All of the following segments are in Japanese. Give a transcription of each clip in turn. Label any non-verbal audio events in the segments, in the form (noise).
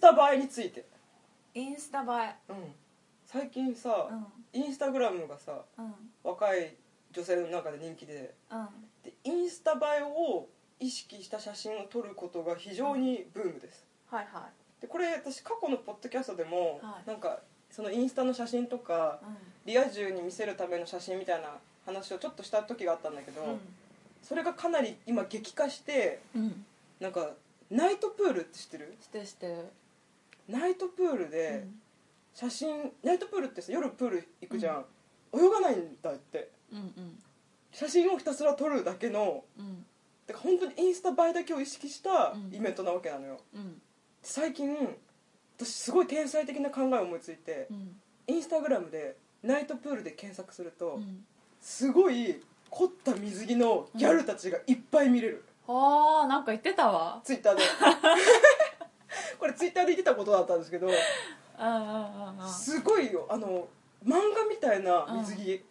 タ映えについてインスタ映うえん最近さ、うんインスタグラムがさうん若い女性の中で人気でうんでインスタ映えを意識した写真を撮ることが非常にブームです、はいはでこれ私過去のポッドキャストでも、はいなんかそのインスタの写真とかいリア充に見せるための写真みたいな話をちょっとした時があったんだけど、それがかなり今激化してうんうんなんかナイトプールって知ってるしてしてナイトプールうでん写真、ナイトプールってさ夜プール行くじゃん、泳がないんだってうん写真をひたすら撮るだけのうんうんだから本当にインスタ映えだけを意識したうんイベントなわけなのよ、うん最近私すごい天才的な考えを思いついてう、んインスタグラムでナイトプールで検索すると、うんすごい凝った水着のギャルたちがいっぱい見れる、あーなんか言ってたわツイッ (laughs) ターでこれツイッターで言ってたことだったんですけどうんうんうんうんすごいよあの漫画みたいな水着、へ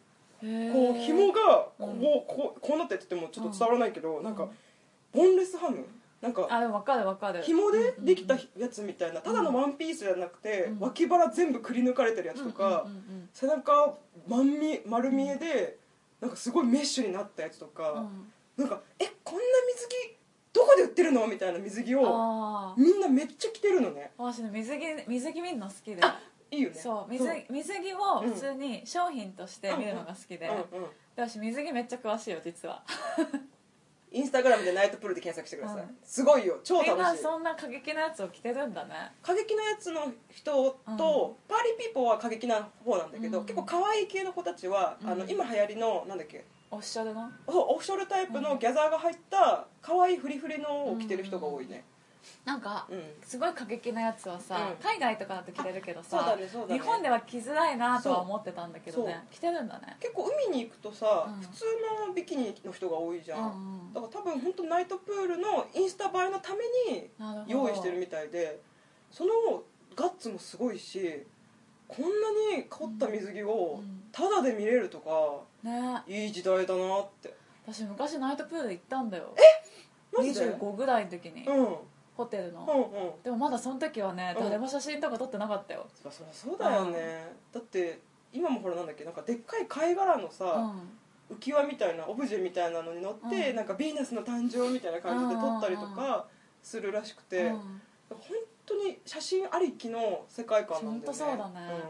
ーこう紐がこう,、うんこうこうなってって言ってもちょっと伝わらないけど、なんうかんボンレスハムなんかあでも分かる分かる紐でできたうんやつみたいなただのワンピースじゃなくて、うん脇腹全部くり抜かれてるやうんつうんとか、うんうん背中まんみ丸見えで、なんかすごいメッシュになったやつとうんか、なんかえこんな水着どこで売ってるのみたいな水着をあーみんなめっちゃ着てるのね私ね水着水着見るの好きでいいよねそう水水着を普通に商品として見るのが好きでうんうんで私水着めっちゃ詳しいよ実はインスタグラムでナイトプールで検索してください、うんすごいよ超楽みんなしいそんな過激なやつを着てるんだね過激なやつの人と、パーリーピーポーは過激な方なんだけど、うん結構可愛い系の子たちは、あのうん今流行りのなんだっけおっしゃるのそうオフショルタイプのギャザーが入った可愛いフリフリのを着てる人が多いね、なんかうんすごい過激なやつはさ、うん海外とかだと着れるけどそうださ、ねそうだね日本では着づらいなとは思ってたんだけどね着てるんだね結構海に行くとさ、うん普通のビキニの人が多いじゃん、うんうんだから多分本当ナイトプールのインスタ映えのためになるほど用意してるみたいでそのガッツもすごいしこんなに凝った水着をうんタダで見れるとかねいい時代だなって私昔ナイトプール行ったんだよマジで25ぐらいの時に、うんうんうんホテルの、でもまだその時はねうん誰も写真とか撮ってなかったよ、そりゃそうだよねだって今もほらなんだっけなんかでっかい貝殻のうんさ、浮き輪みたいなオブジェみたいなのに乗って、うんなんかヴィーナスの誕生みたいな感じで撮ったりとうんうかするらしくて、うん本当に写真ありきの世界観なんだよねほんとそうだね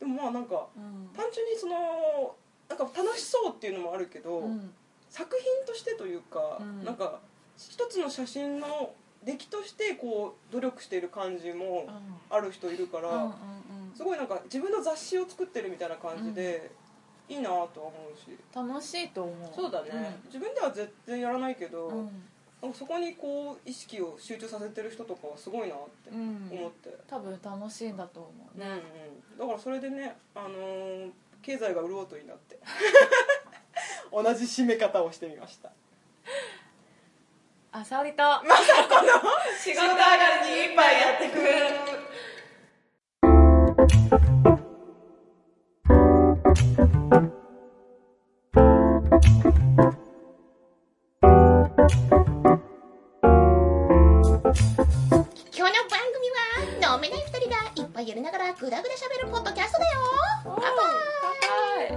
うんでもまあなんかうん単純にそのなんか楽しそうっていうのもあるけど、うん作品としてというか、うんなんか一つの写真の出来としてこう努力している感じもある人いるから、うんうんすごいなんか自分の雑誌を作ってるみたいな感じで、いいなとは思うしうん楽しいと思うそうだね、自分では絶対やらないけど、うん、なんかそこにこう意識を集中させてる人とかはすごいなってうんうん思って、多分楽しいんだと思ううんうん、だからそれでね、あのー経済が潤うといいなって (laughs) 同じ締め方をしてみま (laughs) したあ沙織とまさこの仕事上がりに一杯やってく今日の番組は飲めない二人がいっぱいやりながらグダグダ喋るポッドキャストだよ乾乾杯杯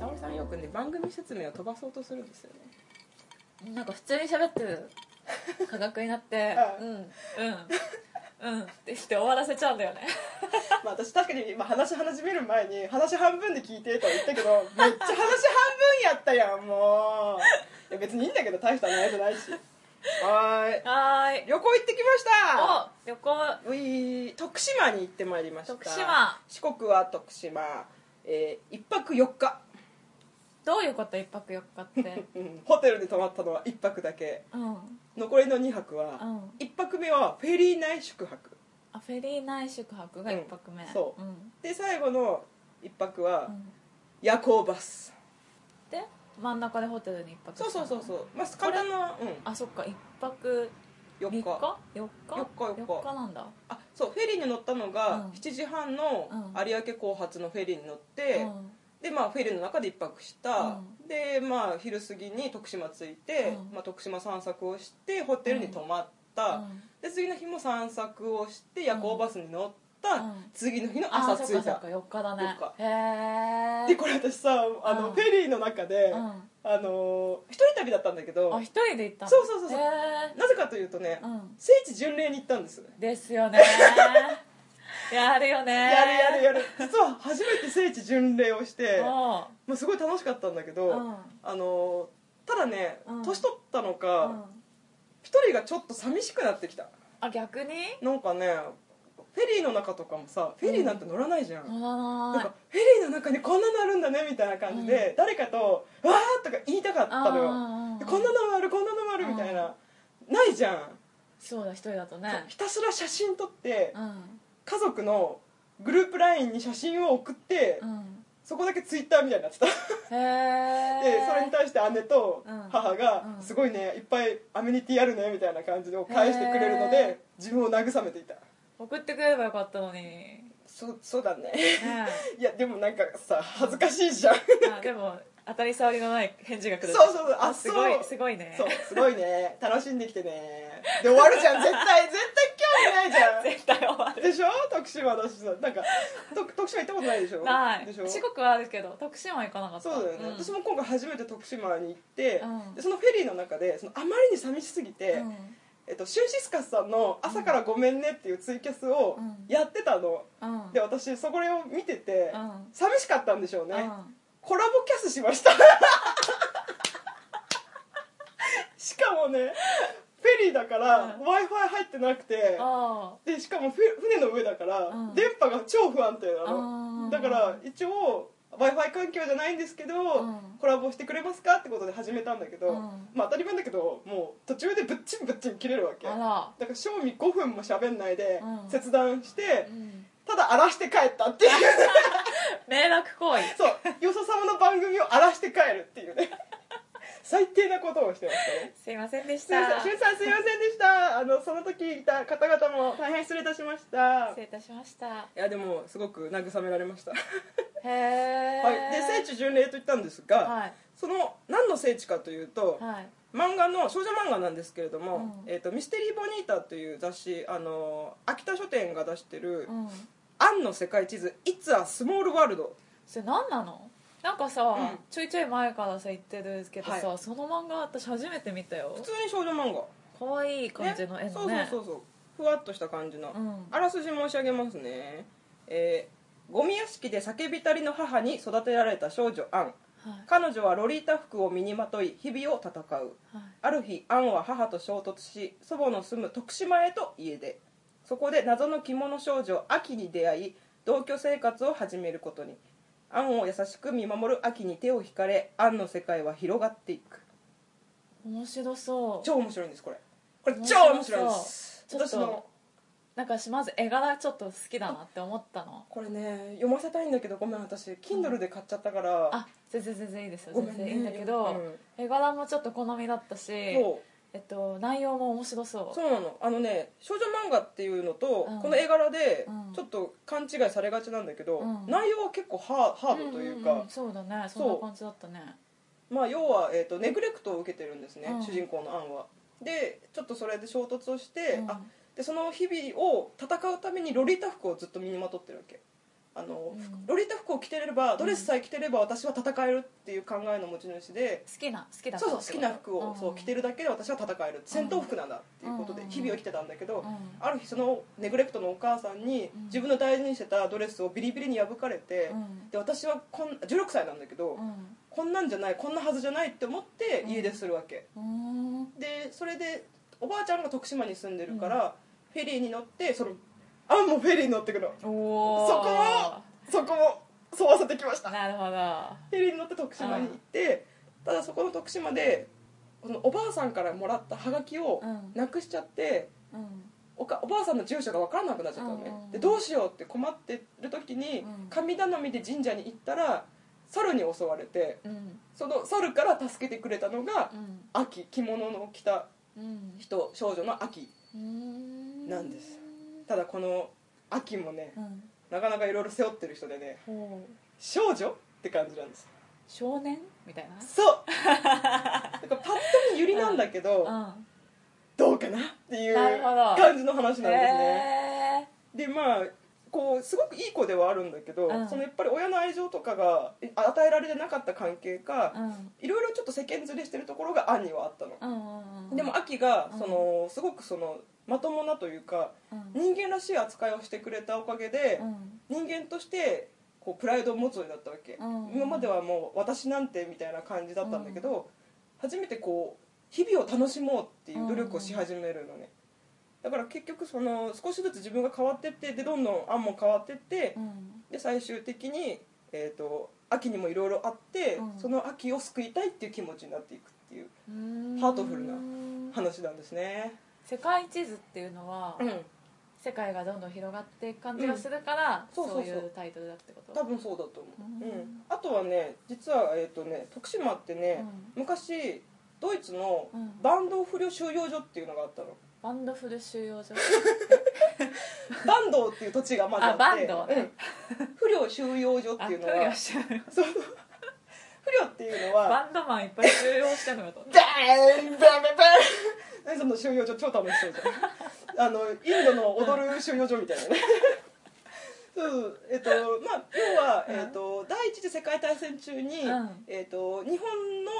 沙織さんよくね番組説明を飛ばそうとするんですよねなんか普通に喋って (laughs) る科学になってううんうんうんって言って終わらせちゃうんだよね (laughs) まあ私確かに今話し始める前に話半分で聞いてとは言ったけ (laughs) どめっちゃ話半分やったやんもういや別にいいんだけど大した内容じゃないしはーいはーい旅行行ってきましたお旅行うい徳島に行ってまいりました徳島四国は徳島、えー、1泊4日 (laughs) どういうこと一泊四日ってうんホテルで泊まったのは1泊だけうんうん残りの2泊は、一1泊目はフェリー内宿泊あフェリー内宿泊が一泊目、、うんそうで最後の1泊うはん、夜行バス、で真ん中でホテルに一泊そうそうそううそうまあ簡単な、うん、あそっか一泊4 4日日4日四日四日四なんだあそうフェリーに乗ったのうがん7時半のうん有明港発のフェリーに乗って、うんでまあフェリーの中で1泊した、うでまあ昼過ぎに徳島着いて、うんまあ、徳島散策をしてホテルに泊まっった、うんで次の日も散策をして夜行バスに乗った、うん次の日のあ朝そっ着かいそたっか4日だね四へえでこれ私さあの、うんフェリーの中で、うんああのー一人旅だったんだけど一人で行ったのそうそうそうそうへなぜかというとね、えうん聖地巡礼に行ったんです、で (laughs) すよねやるよねやるやるやる実は初めて聖地巡礼をしておもうすごい楽しかったんだけど、ううんあのーただね、うん年取ったのか、うん一人がちょっと寂しくなってきたあ逆になんかねフェリーの中とかもさフェリーなんて乗らないじゃん、乗なんらないかフェリーの中にこんなのあるんだねみたいな感じで、誰かと「わー!」とか言いたかったのよあーこんなのもあるこんなのもあるみたいなないじゃんそうだ一人だとねひたすら写真撮ってうん家族のグループ LINE に写真を送って、うんそこだけツイッターみたいになってた、へえでそれに対して姉とうん母が「うんすごいねいっぱいアメニティあるね」みたいな感じで返してくれるのへで自分を慰めていた送ってくればよかったのにねそそうだね (laughs) えいやでもなんかさ恥ずかしいじゃんあでも当たり障りのない返事が来るそうそうそうあすごそういすごいねそうすごいね楽しんできてねで終わるじゃん絶対絶対興味ないじゃ絶対終わんるでしょ徳島だしさなんかと徳島行ったことないでしょないでしょ四国はあるけど徳島は行かなかったそうだよね、ん私も今回初めて徳島に行って、うんでそのフェリーの中でそのあまりに寂しすぎて、うんえっと、シュンシスカスさんの「朝からごめんね」っていうツイキャスをうんやってたの、うんで私そこを見てて、うん寂しかったんでしょうね、うんコラボキャスしま (laughs) したしかもねフェリーだからうん w i f i 入ってなくてあでしかもフェ船の上だから、うん電波が超不安定なあのーだから一応 w i f i 環境じゃないんですけど、うんコラボしてくれますかってことで始めたんだけど、うんまあ当たり前だけどもう途中でぶっちんぶっちん切れるわけああだからら正味5分も喋んないで、うん切断してうんただ荒らして帰ったっていう迷惑行為そうよそ様の番組を荒らして帰るっていう (laughs) ね最低なことをしてましたねすいませんですしいまたせんしゅ失んさんすいませんでしたあのその時いた方々も大変失礼いたしました礼いたしましたいやでもすごく慰められました、へえはい、で聖地巡礼と言ったんですが、はいその何の聖地かというと、はい漫画の少女漫画なんですけれども「うんえー、とミステリーボニータ」という雑誌あの秋田書店が出してるうん「アンの世界地図 It's a Small World それ何なのなんかさ、うんちょいちょい前からさ言ってるけどさ、はその漫画私初めて見たよ」普通に少女漫画かわいい感じの絵のねそうそうそうそうふわっとした感じの、うんあらすじ申し上げますねえーゴミ屋敷で叫びたりの母に育てられた少女アンはい彼女はロリータ服を身にまとい日々を戦うはいある日アンは母と衝突し祖母の住む徳島へと家出そこで謎の着物少女アキに出会い同居生活を始めることにアンを優しく見守るアキに手を引かれアンの世界は広がっていく面白そう超面白いんですこれこれ超面白いです面白私そうちょっとのなんかまず絵柄ちょっと好きだなって思ったのこれね読ませたいんだけどごめん私 Kindle で買っちゃったから、あ全然全然いいですよごめ全んね然いいんだけど、絵柄もちょっと好みだったしえそうっと内容も面白そうそうなのあのね少女漫画っていうのと、うんこの絵柄でうんちょっと勘違いされがちなんだけど、うん内容は結構ハーハードというか、んんんそうだねそんな感じだったねまあ、要は、えー、とネグレクトを受けてるんですね、うん主人公のアンはでちょっとそれで衝突をして、うんあでその日々を戦うためにロリータ服をずっと身にまとってるわけあの、うんロリータ服を着てればドレスさえ着てれば私は戦えるっていう考えの持ち主で、好きな好きだそうそう好きな服をそう着てるるだけで私は戦える戦闘服なんだっていうことでうん日々を生きてたんだけどうんある日そのネグレクトのお母さんにうん自分の大事にしてたドレスをビリビリに破かれてうんで私はこん16歳なんだけどうんこんなんじゃないこんなはずじゃないって思ってうん家出するわけうんでそれでおばあちゃんが徳島に住んでるからフェリーに乗ってそのあもうフェリーに乗ってくのおおそこもそこも沿わせてきましたなるほどフェリーに乗って徳島に行ってただそこの徳島でこのおばあさんからもらったハガキをうんなくしちゃって、うんおかおばあさんの住所が分からなくなっちゃったのね、うんうんでどうしようって困ってる時に、うん神頼みで神社に行ったら猿に襲われてうんその猿から助けてくれたのが、うん秋着物の着たうん人少女の秋うんなんですただこの秋もねうんなかなかいろいろ背負ってる人でねほう少女って感じなんです少年みたい (laughs) なそうなんかパッと見ユリなんだけど、うんどどうかなっていうなるほど感じの話なんですね、へでまあこうすごくいい子ではあるんだけど、うんそのやっぱり親の愛情とかがえ与えられてなかった関係かー、うんいろいろちょっと世間ずれしてるところがアンにはあったの、うんうんうんでもアキがうんその、すごくそのまともなというかうん人間らしい扱いをしてくれたおかげでう、ん人間としてこうプライドを持つようになったわけ、うん今まではもう私なんてみたいな感じだったんだけど、初めてこう日々を楽しもうっていう努力をし始めるのね、だから結局その少しずつ自分が変わってってでどんどん案も変わってって、うんで最終的に、えー、と秋にもいろいろあって、うんその秋を救いたいっていう気持ちになっていくっていううんハートフルな話なんですね世界地図っていうのは、うん世界がどんどん広がっていく感じがするから、うんそうそうそういうタイトルだってこと多分そうだと思う、うんうんあとはね実は、えーとね、徳島ってね、うん昔ドイツのうんバンド不良収容所っていうのがあったの、バンドフル収容所バンドっていう土地がまずあってあバンドねうん不良収容所って (laughs) あいうのトイレははしちゃうよそう不良っていうのはバンドマンいっぱい収容してるのか (laughs) とダーンバンバンバン何その収容所超楽しそうじゃんあのインドの踊る収容所みたいなねそうえっとまあ要は、うんえっと、第一次世界大戦中に、うんえっと、日本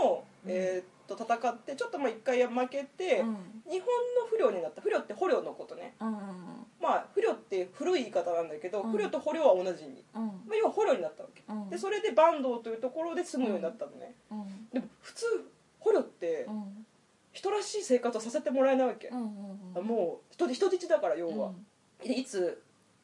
の、えっと戦ってちょっとまあ一回負けて、うん日本の不良になった不良って捕虜のことねうんまあ不良って古い言い方なんだけど、うん不良と捕虜は同じに、うんまあ、要は捕虜になったわけ、うんでそれで坂東というところで住むようになったのね、うんでも普通捕虜ってうん人らしい生活をさせてもらえないわけ、うんうんうんもう人人質だから要うは、んでいつ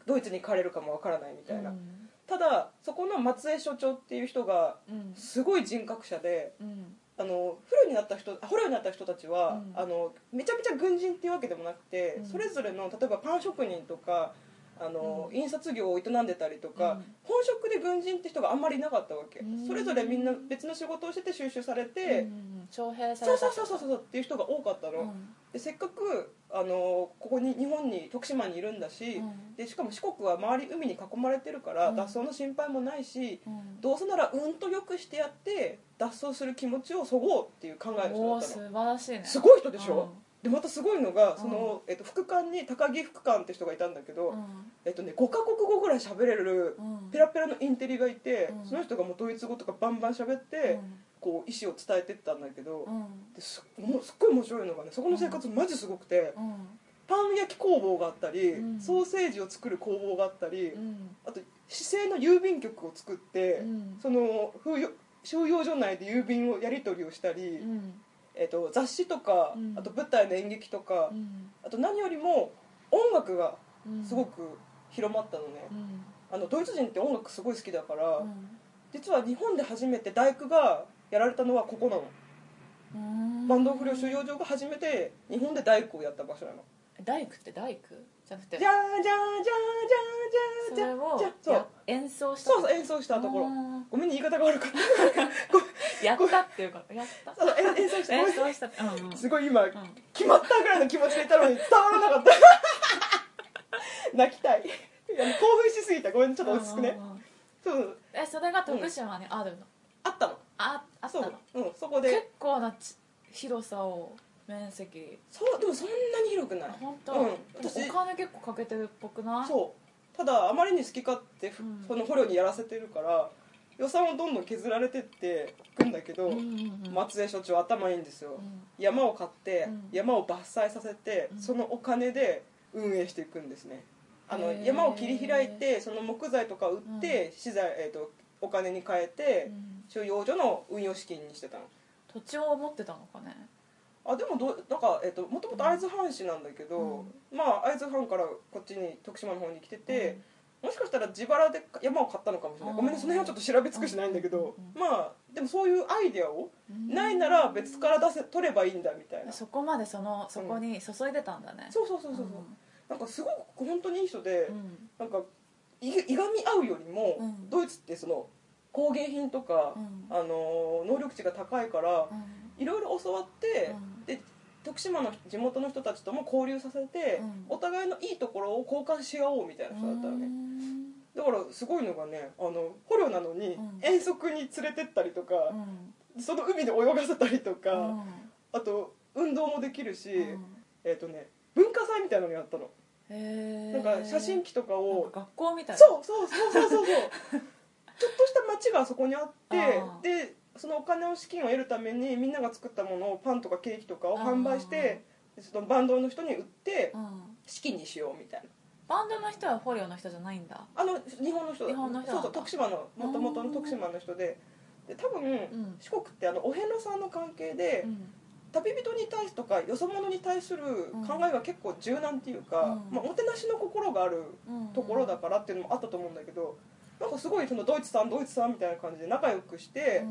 ドイツに帰れるかもわからないみたいな、うんただそこの松江所長っていう人がうんすごい人格者でうんあの捕虜になった人あ捕虜になった人たちは、うんあのめちゃめちゃ軍人っていうわけでもなくて、うんそれぞれの例えばパン職人とかあの、う印刷業を営んでたりとか、うん本職で軍人って人があんまりいなかったわけ、うんそれぞれみんな別の仕事をしてて収集されて、うんうん徴兵されそうたそうそうそうそうっていう人が多かったの、うんでせっかくあのここに日本に徳島にいるんだし、うんでしかも四国は周り海に囲まれてるから、うん脱走の心配もないしうんどうせならうんとよくしてやって脱走する気持ちをそごうっていう考えのお人だっーた素の晴らしいねすごい人でしょ、でまたすごいのがんその、えっと、副官に高木副官って人がいたんだけど、うんうんえっとね、5カ国語ぐらい喋れるうんペラペラのインテリがいて、うんその人がもうドイツ語とかバンバン喋って、こう意思を伝えてったんだけど、うんうんですもうすっごい面白いのがねそこの生活マジすごくて、うんパン焼き工房があったり、うんソーセージを作る工房があったり、うんあと市政の郵便局を作って、うんその風よ収容所内で郵便をやり取りをしたり、うんえっと雑誌とか、うんあと舞台の演劇とか、うんあと何よりも音楽がうんすごく広まったのね、うんあのドイツ人って音楽すごい好きだから、うん実は日本で初めて大工がやられたのはここなのうんバンド不良収容所が初めて日本で大工をやった場所なの大工って大工じゃなくてじゃーじゃーじゃーそじゃーじゃれーをじゃーそうや演奏したそうそう演奏したところあごめんね言い方が悪かったーやったっていうことやったそうえ演奏したごめんね演奏したってうんうんすごい今うん決まったぐらいの気持ちでいたのに伝わらなかった泣きたいいや興奮しすぎたごめんねちょっと落ち着くねうんうんうんそうえそれが徳島にあるのあったのああったそうのうんそこ結で構なち広さを面積そうでもそんなに広くない本当うんでも私お金結構かけてるっぽくないそうただあまりに好き勝手ふうんその捕虜にやらせてるから予算をどんどん削られてってくんだけどうんうんうん松江所長頭いいんですよ、うん山を買って、うん山を伐採させて、うんそのお金で運営していくんですねあのへー山を切り開いてその木材とか売って、資材、えー、とお金に変えて、うん収容所の運用資金にしてたの土地を持ってたのかねあでもどうなんか、えー、ともともと会津藩士なんだけど、まあ会津藩からこっちに徳島の方に来てて、もしかしたら自腹で山を買ったのかもしれない、うんごめんねその辺はちょっと調べ尽くしてないんだけど、うまあでもそういうアイデアをうんないなら別から出せ取ればいいんだみたいな、そこまでそのそこに注いでたんだねそうそうそうそう、うなんかすごく本当にいい人で、うんなんかいいがみ合うよりも、うんドイツってその工芸品とか、うんあのー能力値が高いから、うんいろいろ教わって、うんで徳島の地元の人たちとも交流させて、うんお互いのいいところを交換し合おうみたいな人だったのね、うんだからすごいのがねあの捕虜なのにうん遠足に連れてったりとか、うんその海で泳がせたりとか、うんあと運動もできるし、うんええっ、とね文化祭みたいなのやったのへなんか写真機機とかを学校みたいなそうそうそうそうそうそうちょっとした町がそこにあってあーでそのお金を資金を得るためにみんなが作ったものをパンとかケーキとかを販売してでそのバンドの人に売ってうん資金にしようみたいなバンドの人はフォリオの人じゃないんだあの日本の人だ日本の人そうなんだそう徳島のもともとの徳島の人でで多分、ん四国ってあのお遍路さんの関係で、うん旅人に対すとかよそ者に対する考えが結構柔軟っていうか、うんまあ、おもてなしの心があるうんところだからっていうのもあったと思うんだけどなんかすごいそのドイツさんドイツさんみたいな感じで仲良くして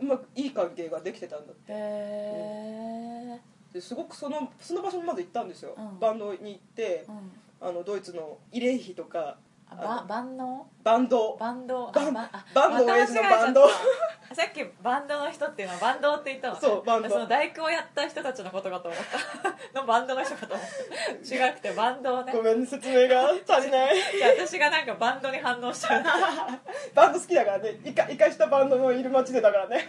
う、うんまくいい関係ができてたんだっへてえですごくそのその場所にまず行ったんですよ、うんバンドに行ってうんあのドイツの慰霊碑とかあば万能バンドバンドあバンばあバンドまウたェイズの間違えちゃったバンドさっきバンドの人っていうのはバンドって言ったのねそうバンドその大工をやった人たちのことかと思ったのバンドの人かと思った (laughs) 違くてバンドをねごめん説明が足りないじゃあ私がなんかバンドに反応しちゃう (laughs) バンド好きだからねイカイカしたバンドのいる街でだからね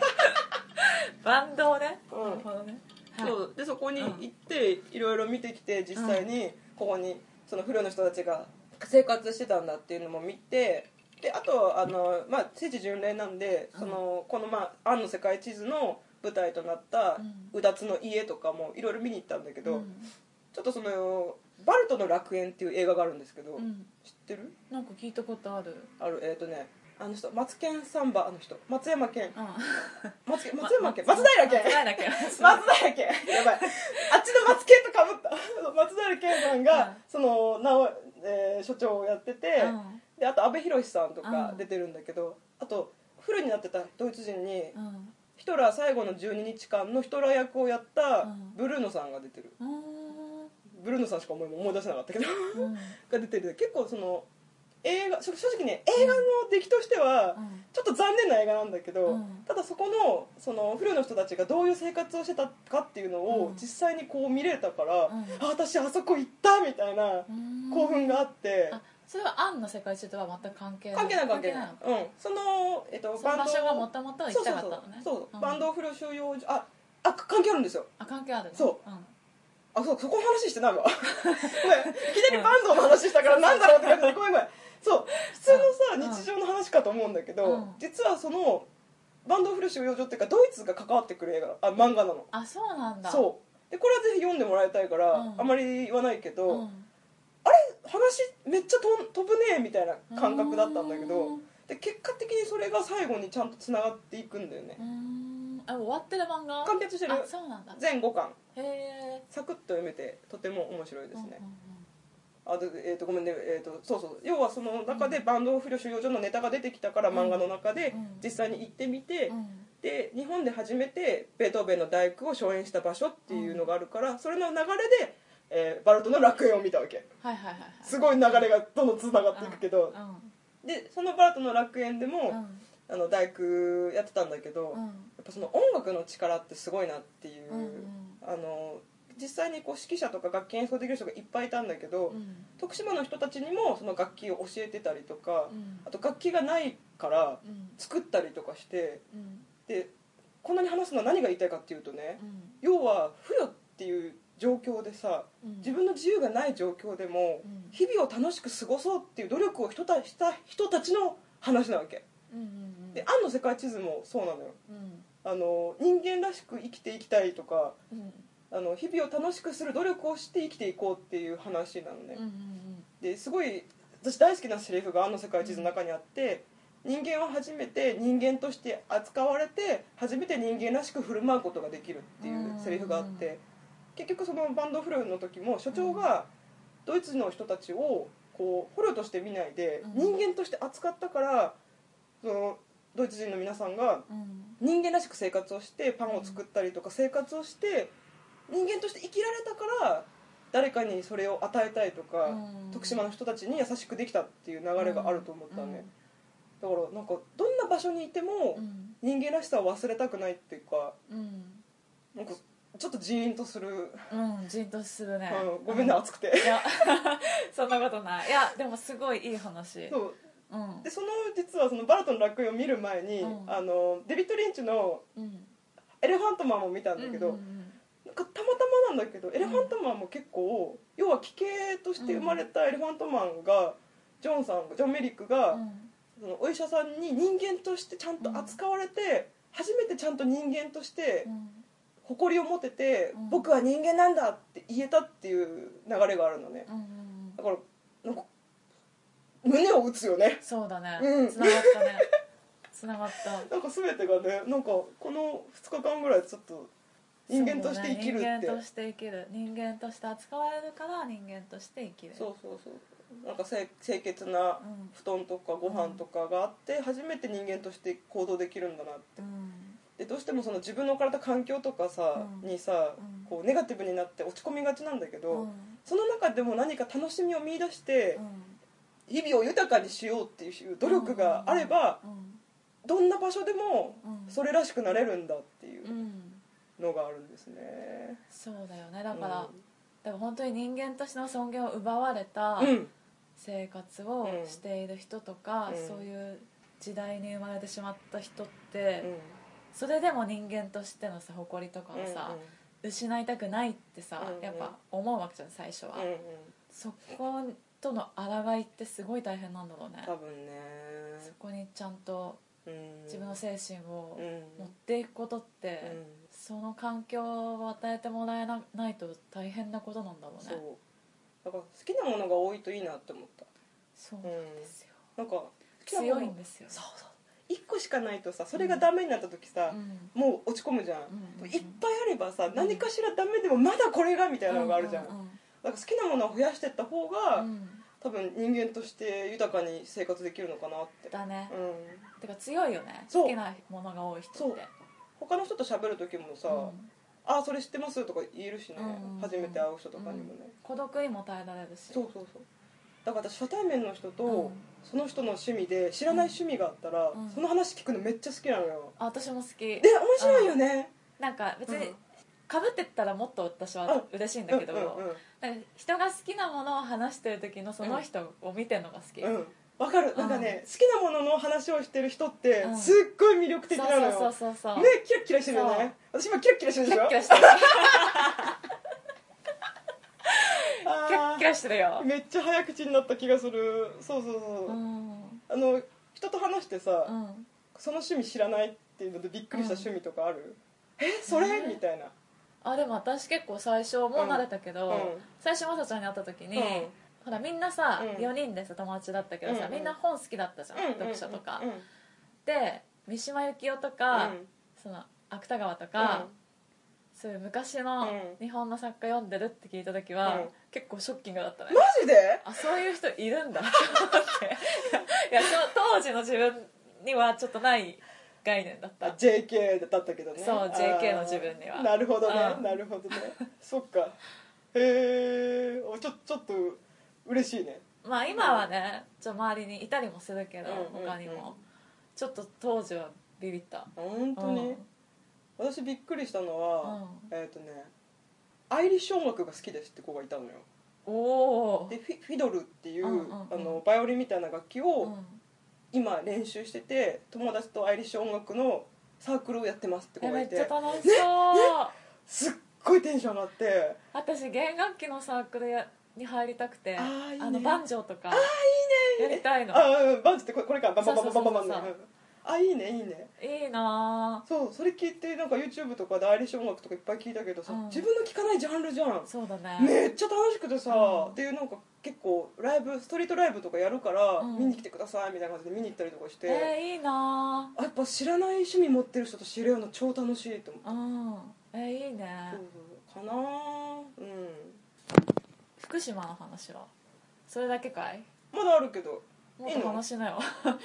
バンドをね、うんなるほどねはいそうでそこに行っていろいろ見てきて実際にここにその不良の人たちが生活してたんだっていうのも見てであとあの、まあ、聖地巡礼なんでその、この、まあ「アンの世界地図」の舞台となったうんうだつの家とかもいろいろ見に行ったんだけど、うんちょっとその「バルトの楽園」っていう映画があるんですけど、うん知ってるなんか聞いたことあるあるえっ、とねあの人松健サンバあの人松山健うん松健松山健松平健松平 (laughs) 健松平健やばいあっちの松健とかぶった (laughs) 松平健さんが、うんそのなお、えー所長をやってて、うんであと阿部寛さんとかうん出てるんだけど、あとフルになってたドイツ人に、うんヒトラー最後の12日間のヒトラー役をやったうんブルーノさんが出てる、うんブルーノさんしか思い思い出せなかったけど (laughs) うんが出てる結構その映画正直ね映画の出来としては、うんちょっと残念な映画なんだけど、うんただそこのそのフルの人たちがどういう生活をしてたかっていうのをうん実際にこう見れたから、うんあ私あそこ行ったみたいなうん興奮があって、あそれはアンの世界中とは全く関係ない関係ない関係ないのうん、その、えっと、その場所がもをともと行そきうそたうそかったうのねそう、うんバンドフル収容所ああ関係あるんですよあ関係あるねそうん、あそうそこの話してないわごめんいきなりバンドの話したからなんだろうって感じでごめんごめんそう普通のうんさ日常の話かと思うんだけど、うん実はそのバンドフル収容所っていうかドイツが関わってくる映画あ漫画なのあそうなんだそうでこれはぜひ読んでもらいたいから、うんあまり言わないけど、ん話めっちゃ飛ん飛ぶねえみたいな感覚だったんだけうどんで結果的にそれが最後にちゃんとつながっていくんだよねうーんあ終わってる漫画完結してるあそうなんだ全5巻へえサクッと読めてとても面白いですね、うんうんあでえー、とごめんね、えー、とそうそう要はその中でバンド不良収容所のネタが出てきたからうん漫画の中でうん実際に行ってみて、うんうんで日本で初めてベートーベンの大工を初演した場所っていうのがあるから、それの流れで、えーバルトの楽園を見たわけはいはいはいはいすごい流れがどんどんつながっていくけどう、んでそのバルトの楽園でうも、んあの大工やってたんだけど、うやっんぱその音楽の力ってすごいなっていう、うんうんあの実際にこう指揮者とか楽器演奏できる人がいっぱいいたんだけど、うん徳島の人たちにもその楽器を教えてたりとか、うんあと楽器がないからうん作ったりとかしてうんでこんなに話すのは何が言いたいかっていうとね、うん要は不与っていう状況でさうん自分の自由がない状況でも、うん日々を楽しく過ごそうっていう努力を人たした人たちの話なわけうんうんで「アンの世界地図」もそうなのようんあの人間らしく生きていきたいとかうんうんあの日々を楽しくする努力をして生きていこうっていう話なのね、うんうんですごい私大好きなセリフが「あの世界地図」の中にあって、人間は初めて人間として扱われて初めて人間らしく振る舞うことができるっていうセリフがあって、うん結局そのバンドフルの時も所長がドイツの人たちをこう捕虜として見ないでうん人間として扱ったからそのドイツ人の皆さんがうん人間らしく生活をしてパンを作ったりとか生活をして人間として生きられたから誰かにそれを与えたいとか、うん徳島の人たちに優しくできたっていう流れがあると思ったね、だからなんかどんな場所にいてもうん人間らしさを忘れたくないっていうかうんなんかちょっとジーンとする、うんうんじんとするねうん、ごめんねう熱くていやそんなことないいやでもすごいいい (laughs) 話そううんでその実はそのバルトの楽園を見る前に、うんあのデビッド・リンチのうん「エレファントマン」も見たんだけど、うんうんかたまたまなんだけどエレファントマンも結構要は奇形として生まれたエレファントマンがジョンさんがジョン・メリックが、うんそのお医者さんに人間としてちゃんと扱われて、初めてちゃんと人間としてうん誇りを持てて、うん僕は人間なんだって言えたっていう流れがあるのねうんうんだからなんか胸を打つよね (laughs) そうだねうんつながったねつながったなんか全てがねなんかこの2日間ぐらいちょっと人間として生きるってそうだね人間として生きる人間として扱われるから人間として生きるそうそうそうなんか清清潔なうん布団とかご飯とかがあって初めて人間として行動できるんだなってうんでどうしてもその自分の体環境とかさ、うんにさ、うんこうネガティブになって落ち込みがちなんだけど、うんその中でも何か楽しみを見出してうん日々を豊かにしようっていう努力があれば、うんどんな場所でもうんそれらしくなれるんだっていううんのがあるんですね。そうだよねだから、うんでも本当に人間としての尊厳を奪われたうん生活をしている人とか、うんそういう時代に生まれてしまった人って、それでも人間としてのさ誇りとかをさ、失いたくないってさ、うんうんやっぱ思うわけじゃん最初は、うんうんうんそことの抗いってすごい大変なんだろうね多分ね、そこにちゃんとうん、自分の精神をうん持っていくことって、うんその環境を与えてもらえなないと大変なことなんだろうねそうだから好きなものが多いといいなって思ったそうなんですよ、なんか好きなもの強いんですよ、そうそう1個しかないとさそれがダメになった時さ、うんもう落ち込むじゃん、うんいっぱいあればさ何かしらダメでもまだこれがみたいなのがあるじゃん,、ううんだから好きなものを増やしてった方が、うんうん多分人間として豊かに生活できるのかなって、だねうん、てか強いよねそう好きなものが多い人そうって他の人と喋る時もさ「うんああそれ知ってます」とか言えるしね、うん初めて会う人とかにもね、孤独にも耐えられるしそうそうそうだから私初対面の人うとんその人の趣味で知らない趣味があったら、うんその話聞くのめっちゃ好きなのよ、あ私も好きで面白いよねなんか別うにんかぶってったらもっと私は嬉しいんだけどうんうんうんなんか人が好きなものを話してる時のその人を見てるのが好きうんわかるなんかね、好きなものの話をしてる人って、うんすっごい魅力的そうなのよそうそうそうそねうキラキラしてるよね私今キラキラしてるキでしょラキラしてるあーキラキラしてるよめっちゃ早口になった気がするそうそうそう、うんあの人と話してさ、うんその趣味知らないっていうのでびっくりした趣味とかある、えそれ、ねみたいなあでも私結構最初もう慣れたけど、うん最初まさちゃんに会った時に、うんほらみんなさ、うん4人でさ友達だったけどうさ、んうんみんな本好きだったじゃん、読書とか、うんうんで三島由紀夫とか、うんその芥川とか、そういう昔のうん日本の作家読んでるって聞いた時は、うん結構ショッキングだったね、マジであそういう人いるんだと思って (laughs) いやその当時の自分にはちょっとない概念だっあた JK だったけどねそうあー JK の自分にはなるほどね、うんなるほどね (laughs) そっかへえちょちょっと嬉しいねまあ今はねちょっと周りにいたりもするけど、うんうん他にも、うんちょっと当時はビビった本当に、うん私びっくりしたのは、うえっ、とねアイリッシュ音楽が好きですって子がいたのよおおでフィフィドルっていう,、うんうんうんあのバイオリンみたいな楽器うんを今練習してて友達とアイリッシュ音楽のサークルをやってますって子えがめいっちゃて楽しそうすっごいテンション上がって私弦楽器のサークルやに入りたくてあーいいねのバンジョーとかいいねやりたいのあうんバンジってこれこれかバンバンバンバンバンバンそうバそうンそうあいいねいいねいいなそうそれ聞いてなんか YouTube とかでアイリッシュ音楽とかいっぱい聞いたけどさ、うん自分の聴かないジャンルじゃんーそうだねめっちゃ楽しくてさ、うんでなんか結構ライブストリートライブとかやるから、うん見に来てくださいみたいな感じで見に行ったりとかして、えーいいなあやっぱ知らない趣味持ってる人と知れ合うの超楽しいと思って、うんえーいいねそうそうかなあうん福島の話はそれだけかいまだあるけどもっと話しなよ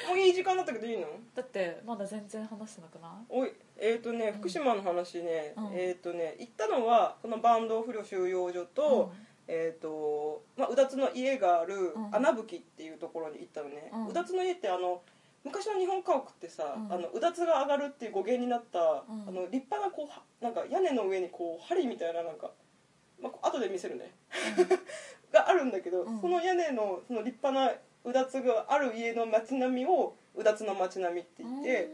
もういい時間だったけどいいのだってまだ全然話してなくないおいえっ、とね福島の話ね、うんえっ、とね行ったのはこの坂東不良収容所と、えーとまあ、うだつの家があるうん穴吹っていうところに行ったのね、うんうだつの家ってあの昔の日本家屋ってさ、うんあのうだつが上がるっていう語源になった、うんあの立派なこうはなんか屋根の上にこう針みたいななんか、まあ、こう後で見せるね (laughs) があるんだけど、うんその屋根のその立派なうだつがある家の街並みをうだつの街並みってう言んって、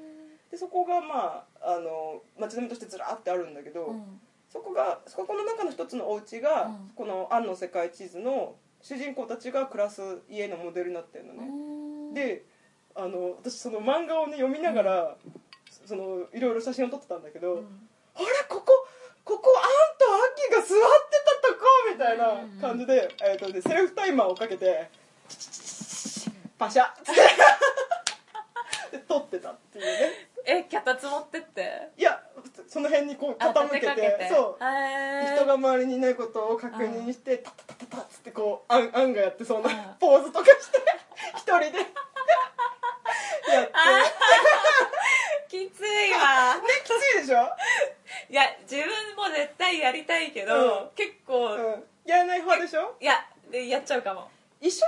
でそこがまああの街並みとしてずらーってあるんだけど、うんそそこがそこの中の一つのお家が、うんこの「アンの世界地図」の主人公たちが暮らす家のモデルになってるのね、であの私その漫画をね読みながら、そのいろいろ写真を撮ってたんだけど、うんあれここここあんとアッキーが座ってたとこみたいな感じで,、えーとでセルフタイマーをかけてパシャッつ (laughs) ってで撮ってたっていうねえ脚立持ってっていやその辺にこうあ傾けて立そうへー人が周りにいないことを確認してタタタタタッつってこうあんあんがやってそうなうんポーズとかして一 (laughs) 人でやってきついわきついでしょいや自分も絶対やりたいけど、うん結構、うんやらない方でしょいやでやっちゃうかも一緒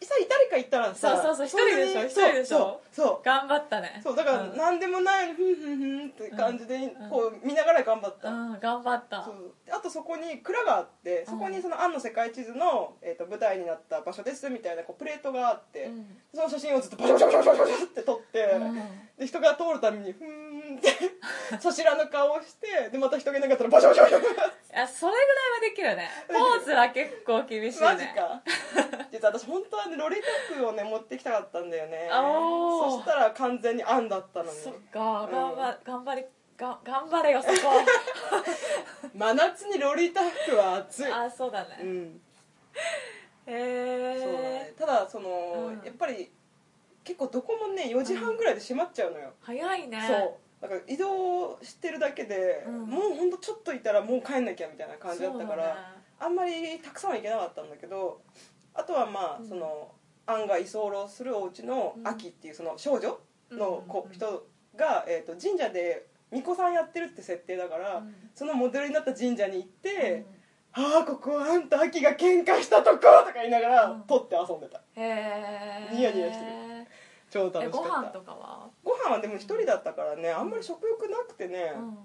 にさ誰か行ったらさそうそうそう一人でしそょんなに一人でしょそうそう頑張ったねそうだからうん何でもないふんふんふんって感じでうんこう見ながら頑張った、うん、頑張ったそうであとそこに蔵があってそこにその「ンの世界地図の」えーと舞台になった場所ですみたいなこうプレートがあって、うんその写真をずっとバシャバシャバシャバシャバシャって撮って、うんで人が通るたびにふーんってそしらぬ顔をしてでまた人がいなかったらバシャバシャバシャバシいやそれぐらいはできるねポーズは結構厳しいねャマジか実は私本当はねロレタックをね持ってきたかったんだよねおーそしたら完全にンだったのにそっかうん頑張,、頑張れが頑張れよそこ真夏にロリタ服は暑いあそうだうねんへそうだねえただその、うんやっぱり結構どこもね4時半ぐらいで閉まっちゃうのよ、早いねそうだから移動してるだけで、うんもうほんとちょっといたらもう帰んなきゃみたいな感じだったから、そうだねあんまりたくさんは行けなかったんだけどあとはまあ、うんその案が居候するお家のうん秋っていうその少女のうんうん子、うん人が、えー、と神社で巫女さんやってるって設定だから、うんそのモデルになった神社に行って、うんああここはあんと秋が喧嘩したとことか言いながら、うん撮って遊んでたへえニヤニヤしてる超楽しかったえご飯とかは、ご飯はでも一人だったからねあんまり食欲なくてね、うん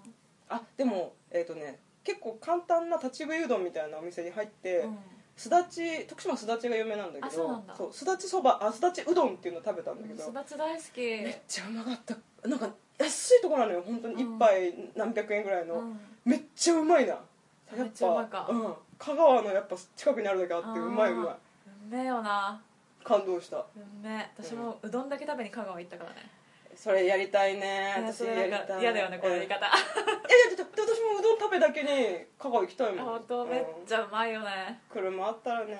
あでもえっ、とね結構簡単な立ち食いうどんみたいなお店に入って、うんすだち徳島すだちが有名なんだけどあそうなんだすだちそばあすだちうどんっていうの食べたんだけど、めすっだち大好きちゃうまかったなんか安いとこなのよ本当に一杯何百円ぐらいの、うんめっちゃうまいなめっちゃうまかうん、香川のやっぱ近くにあるだけあってあーうまいうまいうんめえよな感動したうんめえ私もうどんだけ食べに香川行ったからねそれやりたいねね私そやれりなんたかい嫌だよねこの言い方いやいやだって私もうどん食べだけに香川行きたいもん本当めっちゃ、ゃうまいよねうん車あったらねね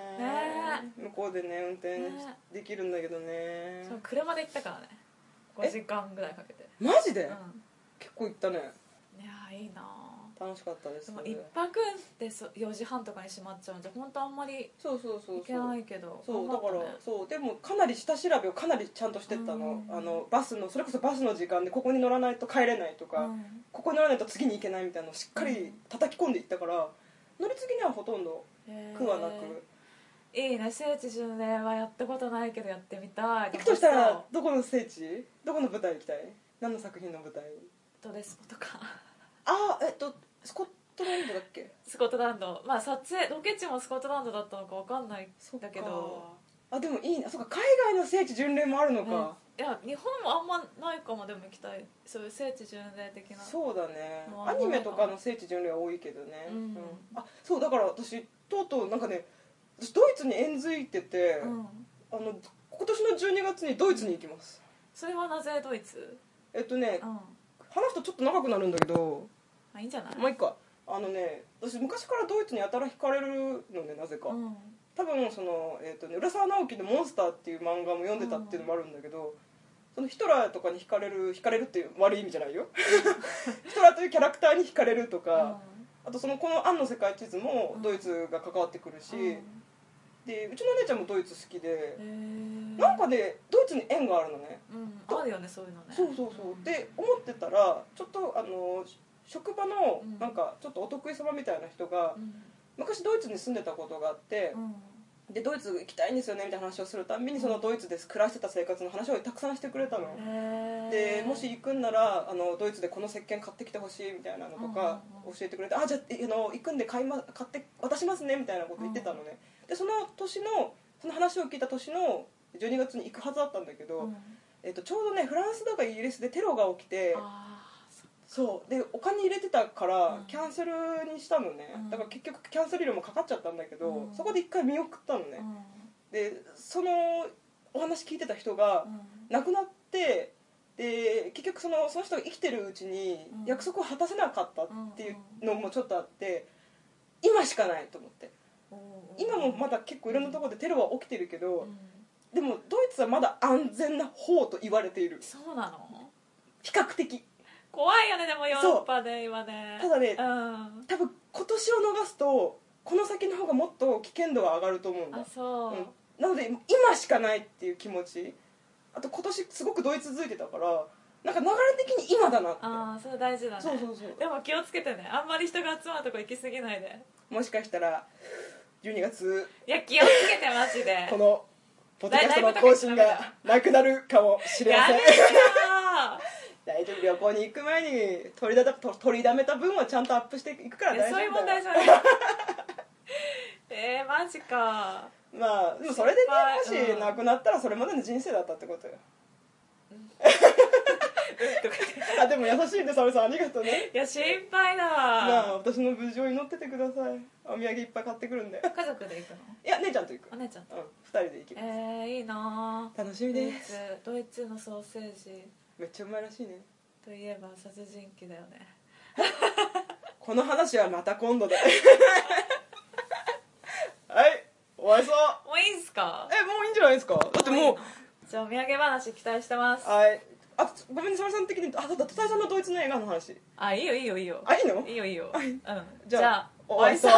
向こうでね運転しねできるんだけどねそう車で行ったからねえ5時間ぐらいかけてマジで、うん結構行ったねいやーいいなー楽しかったですでねも一泊ってそ4時半とかに閉まっちゃうんで本当あんまりそうそうそう行けないけどそうだ頑か張らったねそうでもかなり下調べをかなりちゃんとしてったのうんあのバスのそれこそバスの時間でここに乗らないと帰れないとか、うんここに乗らないと次に行けないみたいなのをしっかり叩き込んでいったから乗り継ぎにはほとんどへー苦はなく、いいね聖地巡礼はやったことないけどやってみたい行くとした楽しらそうどこの聖地どこの舞台行きたい何の作品の舞台ドレスポとかああえっとスコットランドだっけスコットランドまあ撮影ロケ地もスコットランドだったのかわかんないんだけどあでもいいなそっか海外の聖地巡礼もあるのか、うんいや日本もあんまないかもでも行きたいそういう聖地巡礼的なそうだねもうアニメとかの聖地巡礼は多いけどね、うんあそうだから私とうとうなんかね私ドイツに縁づいてて、うん、あの今年の12月にドイツに行きますそれはなぜドイツえっとねうん話すとちょっと長くなるんだけどあいいんじゃない、まあいいかあのね私昔からドイツにやたら惹かれるのねなぜか、うん、多分その、えーとね、浦沢直樹の「モンスター」っていう漫画も読んでたっていうのもあるんだけど、そのヒトラーとかに惹かれる惹かれるっていう悪い意味じゃないよ (laughs) ヒトラーというキャラクターに惹かれるとか、あとそのこの「アンの世界地図」もドイツが関わってくるし、うんへでうちの姉ちゃんもドイツ好きで、ーなんかねドイツに縁があるのね、うん、あるよねそういうのねそうそうそうで思ってたらちょっとあの職場のうんなんかちょっとお得意様みたいな人がうん昔ドイツに住んでたことがあって、うんでドイツ行きたいんですよねみたいな話をするたんびにそのドイツで暮らしてた生活の話をたくさんしてくれたの、へーでもし行くんならあのドイツでこの石鹸買ってきてほしいみたいなのとかうんうんうん教えてくれて、あじゃああの行くんで買い、ま、買って渡しますねみたいなこと言ってたのね、でその年のその話を聞いた年の12月に行くはずだったんだけど、うんえっと、ちょうどねフランスだかイギリスでテロが起きてあーそっそうでお金入れてたからうんキャンセルにしたのね、うんだから結局キャンセル料もかかっちゃったんだけど、うんそこで一回見送ったのね、でそのお話聞いてた人が亡くなってで結局そのその人が生きてるうちにうん約束を果たせなかったっていうのもちょっとあって今しかないと思って今もまだ結構いろんなところでテロは起きてるけうど、んでもドイツはまだ安全な方と言われているそうなの比較的怖いよねでもヨーロッパで今ねただねうん多分今年を逃すとこの先の方がもっと危険度が上がると思うんだあそう、うんなので今しかないっていう気持ちあと今年すごくドイツ続いてたからなんか流れ的に今だなってああそれ大事だねそうそうそうでも気をつけてねあんまり人が集まるとこ行き過ぎないでもしかしたら12月いや気をつけてマ (laughs) ジでこのポッドキャストの更新がなくなるかもしれまやせんめろ大丈夫旅行に行く前に取りだた取りだめた分はちゃんとアップしていくからよ (laughs) い大や丈夫そうだよいう問題じゃない (laughs) えー、マジかまあでもそれで心ね配もし亡くなったらそれまでの人生だったって (laughs) ことよあでも優しいねサメさんありがとうねいや心配だまあわ、私の無事を祈っててくださいお土産いっぱい買ってくるんで家族で行くのいや姉ちゃんと行くうおん姉ちゃんと二人で行きえますー、いいな楽しドみイですツドイツのソーセージめっちゃうまいらしいねといえば殺人鬼だよねこの話はまた今 (laughs) 度ではいお会いそうもういいんすかえもういいんじゃないですかだってもうじゃあお土産話期待してますはいあごめんねサメさん的にあそうだ戸谷さんのドイツの映画の話あいいよいいよいいよあいいのいいよいいよ、うん、じじゃあゃあお会いそう